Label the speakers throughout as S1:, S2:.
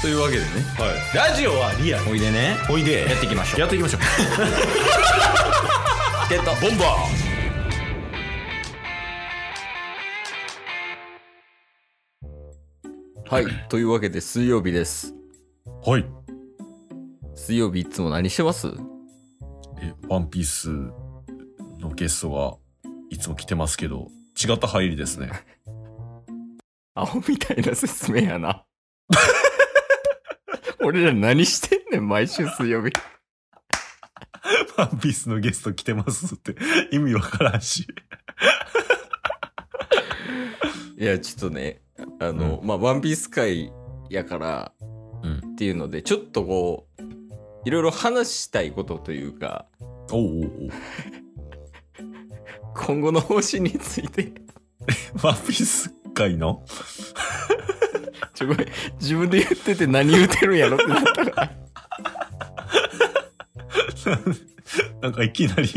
S1: というわけでね
S2: はい、ラジオはリアル
S1: おいでね
S2: おいで
S1: やっていきましょう
S2: やっていきましょう
S1: ゲット
S2: ボンバ
S1: はいというわけで水曜日です
S2: ーはい
S1: 水曜日いつも何してます
S2: えワンピースのゲストがいつも来てますけど違った入りですね
S1: アホみたいな説明や な俺ら何してんねん毎週水曜日
S2: ワンピースのゲスト来てますって意味わからんし
S1: いやちょっとねあの、まあワンピース界やから
S2: うん
S1: っていうのでちょっとこういろいろ話したいことというか
S2: おうおうおう
S1: 今後の方針について
S2: ワンピース界の
S1: ちょごめん自分で言ってて何言ってるんやろ ってなったから
S2: なんかいきなり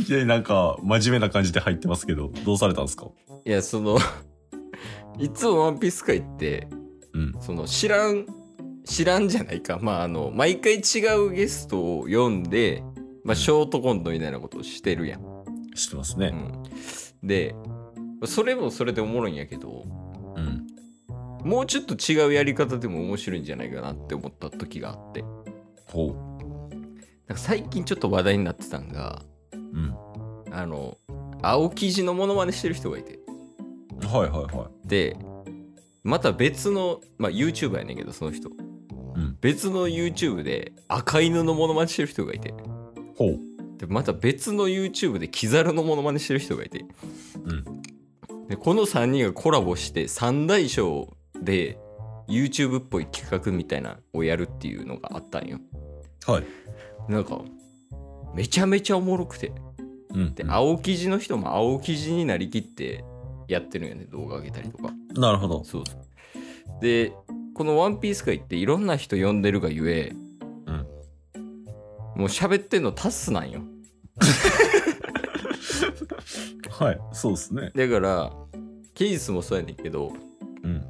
S2: いきなりなんか真面目な感じで入ってますけどどうされたんですか
S1: いやそのいつも「ワンピース界って
S2: うん
S1: その知らん知らんじゃないかまああの毎回違うゲストを呼んで、まあ、ショートコントみたいなことをしてるやん。
S2: 知ってます
S1: う
S2: ね
S1: ん、でそれもそれでおもろいんやけど
S2: うん
S1: もうちょっと違うやり方でも面白いんじゃないかなって思った時があってなん
S2: ほう
S1: か最近ちょっと話題になってたんが
S2: うん
S1: あの青生地のモノマネしてる人がいて
S2: はいはいは
S1: でまた別の、まあ、YouTuber やねんけどその人、
S2: ん
S1: 別の YouTube で赤犬のモノマネしてる人がいて
S2: いほう
S1: でまた別の YouTube でキザルのモノマネしてる人がいて、でこの3人がコラボして三大賞で YouTube っぽい企画みたいなのをやるっていうのがあったんよ
S2: はい
S1: なんかめちゃめちゃおもろくて
S2: うん
S1: で青生地の人も青生地になりきってやってるんやね動画上げたりとか
S2: なるほど
S1: そうそうでこの「ワンピース界っていろんな人呼んでるがゆえ、
S2: うん
S1: もう喋ってんのタスなんよ
S2: はいそうですね
S1: だからケイスもそうやねんけど
S2: うん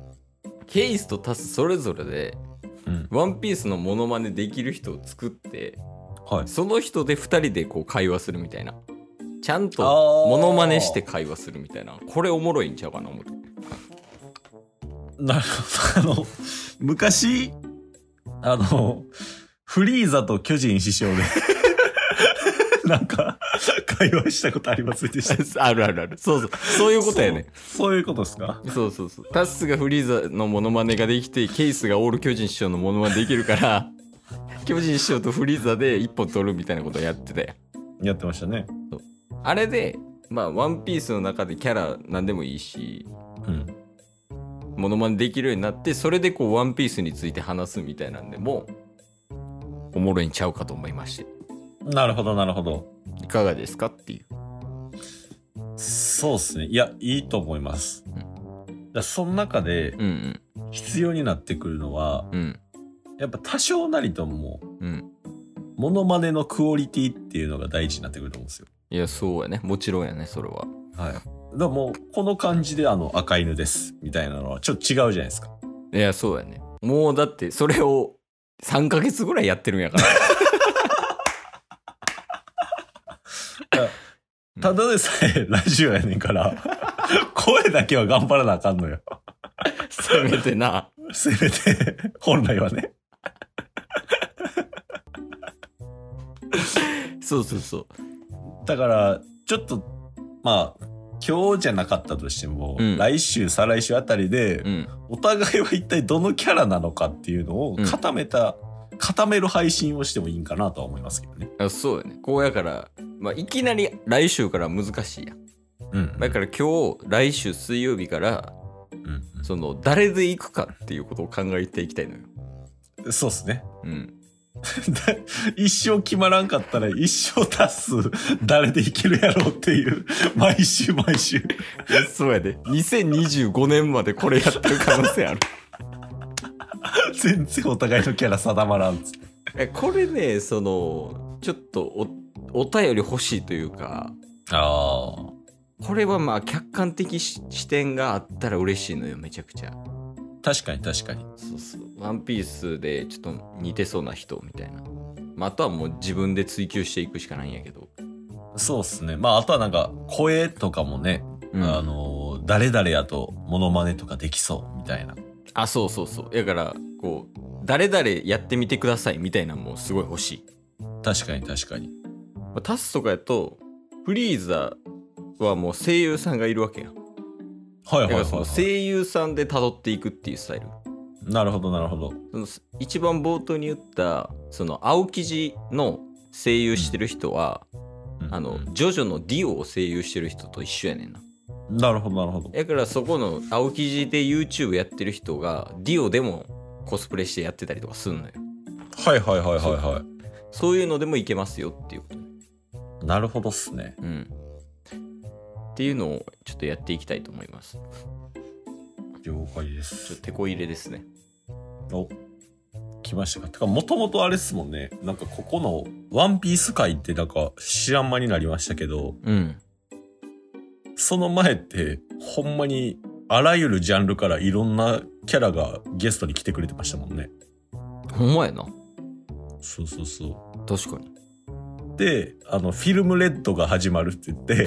S1: ケイスとタスそれぞれで
S2: うん
S1: 「ワンピースのモノマネできる人を作って
S2: はい
S1: その人で2人でこう会話するみたいなちゃんと
S2: あー
S1: モノマネして会話するみたいなこれおもろいんちゃうかな思って
S2: なるほど。あの、昔、あの、フリーザと巨人師匠で、なんか、会話したことありませんでし た。
S1: あるあるあるそうそうそういうことやね
S2: そう。そういうことですか
S1: そうそうそう。タッスがフリーザのモノマネができて、ケイスがオール巨人師匠のモノマネできる から、巨人師匠とフリーザで一本取るみたいなことをやってたよ。
S2: やってましたね。
S1: あれで、まあ、ワンピースの中でキャラ何でもいいし、
S2: うん。
S1: モノマネできるようになって、それでこう、ワンピースについて話すみたいなんでも、おもろいんちゃうかと思いまして。
S2: なるほど、なるほど。
S1: いかがですかっていう。
S2: そうですね。いや、いいと思います。
S1: ん
S2: だからその中で
S1: うん
S2: 必要になってくるのは、
S1: うん。うん。
S2: やっぱ多少なりとも、
S1: うん。
S2: モノマネのクオリティっていうのが大事になってくると思うんですよ。
S1: いや、そうやね。もちろんやね、それは。
S2: はい。だからもう、この感じであの赤犬です、みたいなのはちょっと違うじゃないですか。
S1: いや、そうやね。もうだって、それを3ヶ月ぐらいやってるんやから。
S2: ただでさえラジオやねん から、声だけは頑張らなあかんのよ。
S1: せめてな。
S2: せめて、本来はね。
S1: そうそうそう。
S2: だから、ちょっと、まあ、今日じゃなかったとしても、
S1: うん
S2: 来週、再来週あたりで、
S1: うん。
S2: お互いは一体どのキャラなのかっていうのを
S1: うん
S2: 固めた、固める配信をしてもいいんかなとは思いますけどね。
S1: あそうやね。こうやから、まあ、いきなり来週から難しいやん。
S2: うん
S1: だから今日、来週水曜日から、
S2: うん
S1: その、誰で行くかっていうことを考えていきたいのよ。
S2: そうですね。
S1: うん。
S2: 一生決まらんかったら一生多数誰でいけるやろうっていう、毎週毎週。
S1: いやそうやで。2025年までこれやってる可能性ある。
S2: 全然お互いのキャラ定まらんっつって
S1: えこれね、その、ちょっとお、お便り欲しいというか、
S2: あ
S1: これはまあ客観的し視点があったら嬉しいのよ、めちゃくちゃ。
S2: 確かに確かに。
S1: そうそうワンピースでちょっと似てそうな人みたいな、まあ、あとはもう自分で追求していくしかないんやけど、
S2: そうっすね。まあ、あとはなんか、声とかもね、
S1: うん
S2: あのー、誰々やとモノマネとかできそうみたいな。
S1: あそうそうそうだからこう誰々やってみてくださいみたいなのもすごい欲しい、
S2: 確かに確かに。
S1: まあ、タスとかやとフリーザはもう声優さんがいるわけや
S2: はい
S1: だか
S2: はいは
S1: ら
S2: い、
S1: その
S2: はい。
S1: 声優さんで辿っていくっていうスタイル
S2: なるほどなるほど。
S1: その一番冒頭に言ったその青生地の声優してる人は、
S2: うん
S1: あのジョジョのディオを声優してる人と一緒やねんな
S2: なるほどなるほど。
S1: だからそこの青生地で YouTube やってる人がディオでもコスプレしてやってたりとかすんのよ
S2: はいはいはいはいは
S1: そういうのでもいけますよっていうこと
S2: い。なるほどっすね。
S1: うんっていうのをちょっとやっていきたいと思います
S2: 了解で
S1: ちょっ
S2: す
S1: と。手こ入れですね
S2: お来ましたか。てか、もともとあれっすもんね。なんかここのワンピース界ってなんか知らん間になりましたけど、
S1: うん
S2: その前って、ほんまにあらゆるジャンルからいろんなキャラがゲストに来てくれてましたもんね。
S1: ほんまやな
S2: そうそうそ
S1: 確かに
S2: う。で、あの、フィルムレッドが始まるって言って、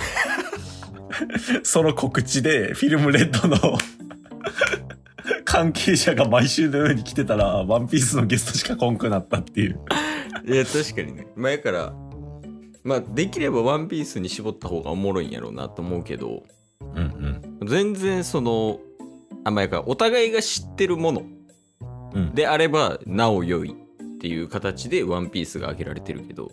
S2: その告知でフィルムレッドの 関係者が毎週のように来てたら、ワンピースのゲストしか来んくなったっていう。
S1: いや確かにね前からまあできれば「ワンピースに絞った方がおもろいんやろうなと思うけど
S2: うんうん。
S1: 全然そのあまあやからお互いが知ってるもの
S2: うん、
S1: であればなお良いっていう形で「ワンピースが挙げられてるけど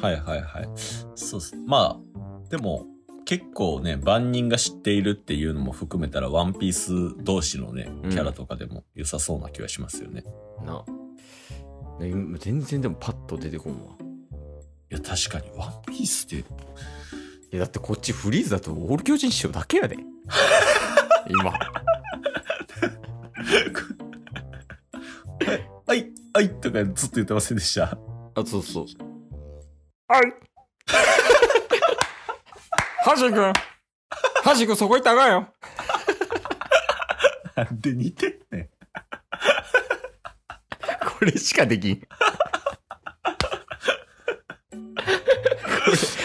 S2: はいはいはい。そうっす。まあ、でも、結構ね、万人が知っているっていうのも含めたら、ワンピース同士のね、
S1: うん
S2: キャラとかでも良さそうな気はしますよね。
S1: なね今全然でもパッと出てこんわ
S2: いや、確かに、ワンピースって、
S1: いやだってこっちフリーズだとオール巨人師匠だけやで 今
S2: はい、はい、とかずっと言ってませんでした。
S1: あ、そうそう。はい。 ハシ君、ハシ君そこ行ったらあかんよ。
S2: なんで似てんねん。
S1: これしかで きん。こ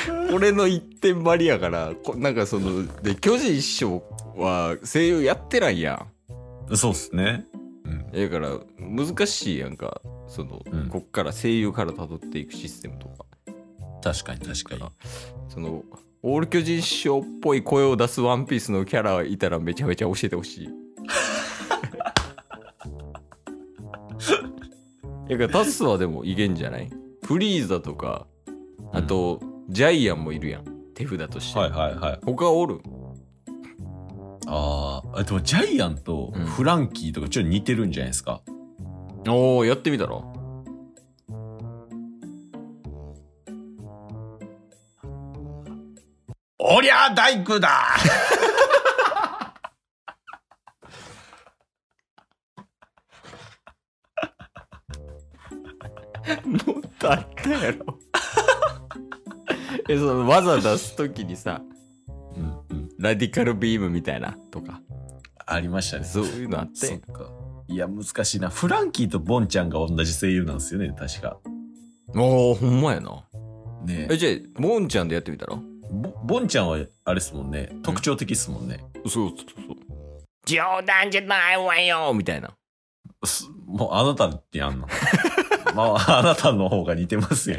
S1: れこれの一点張りやからこなんかそので巨人師匠は声優やってないや
S2: そうっすね。
S1: んだから難しいやんかその、
S2: うん
S1: こっから声優から辿っていくシステムとか
S2: 確かに確かに。
S1: そのオール巨人師匠っぽい声を出すワンピースのキャラいたらめちゃめちゃ教えてほしい。 だからタスはでもいけんじゃないフリーザとかあと、ジャイアンもいるやん手札として、
S2: はいはいはい。
S1: 他おる
S2: あーあ、でもジャイアンと
S1: うん
S2: フランキーとかちょっと似てるんじゃないですか。
S1: おおやってみたら
S2: おりゃ大工だ
S1: もっとあったやろ えその技出す時にさ
S2: うんうん。
S1: ラディカルビームみたいなとか
S2: ありましたね。
S1: そういうのあって
S2: そっか。いや、難しいな。フランキーとボンちゃんが同じ声優なんですよね、確か。
S1: おおほんまやな
S2: ね
S1: えじゃあモンちゃんでやってみたら
S2: ボボンちゃんは、あれですもんね。特徴的ですもんね。
S1: そうそうそう。冗談じゃないわよみたいな。
S2: すもう、あなたってやんの。 まあ、あなたの方が似てます よ。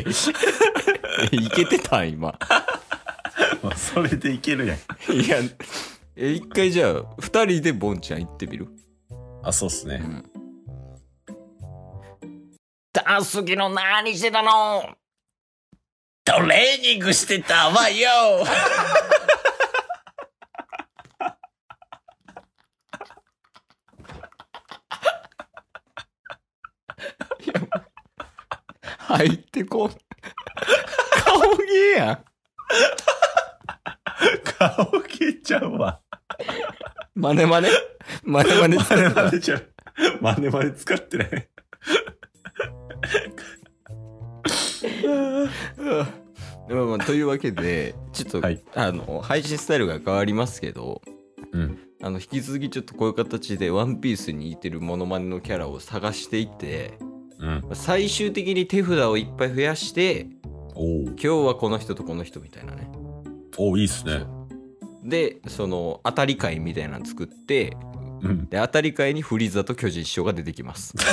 S1: いけてたん今。
S2: まあそれでいけるやん。
S1: いや、え一回じゃあ、二人でボンちゃん行ってみる
S2: あ、そうっすね。
S1: ダンス機の何してたの
S2: トレーニングしてたわよ
S1: 入ってこん。顔芸や
S2: 顔消えちゃうわ。
S1: ん。マネマネマネマネ
S2: 真似真似ちゃう。真似真似使ってない。
S1: まあまあというわけで、ちょっと、
S2: はい
S1: あの、配信スタイルが変わりますけど、
S2: うん。
S1: ああの引き続きちょっとこういう形で「ワンピースに似てるモノマネのキャラを探していって
S3: うん。
S1: 最終的に手札をいっぱい増やして
S3: おう
S1: 今日はこの人とこの人みたいなね
S3: おういいっすね。
S1: でその当たり会みたいなの作って
S3: うん。
S1: で当たり会にフリーザと巨人師匠が出てきます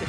S2: す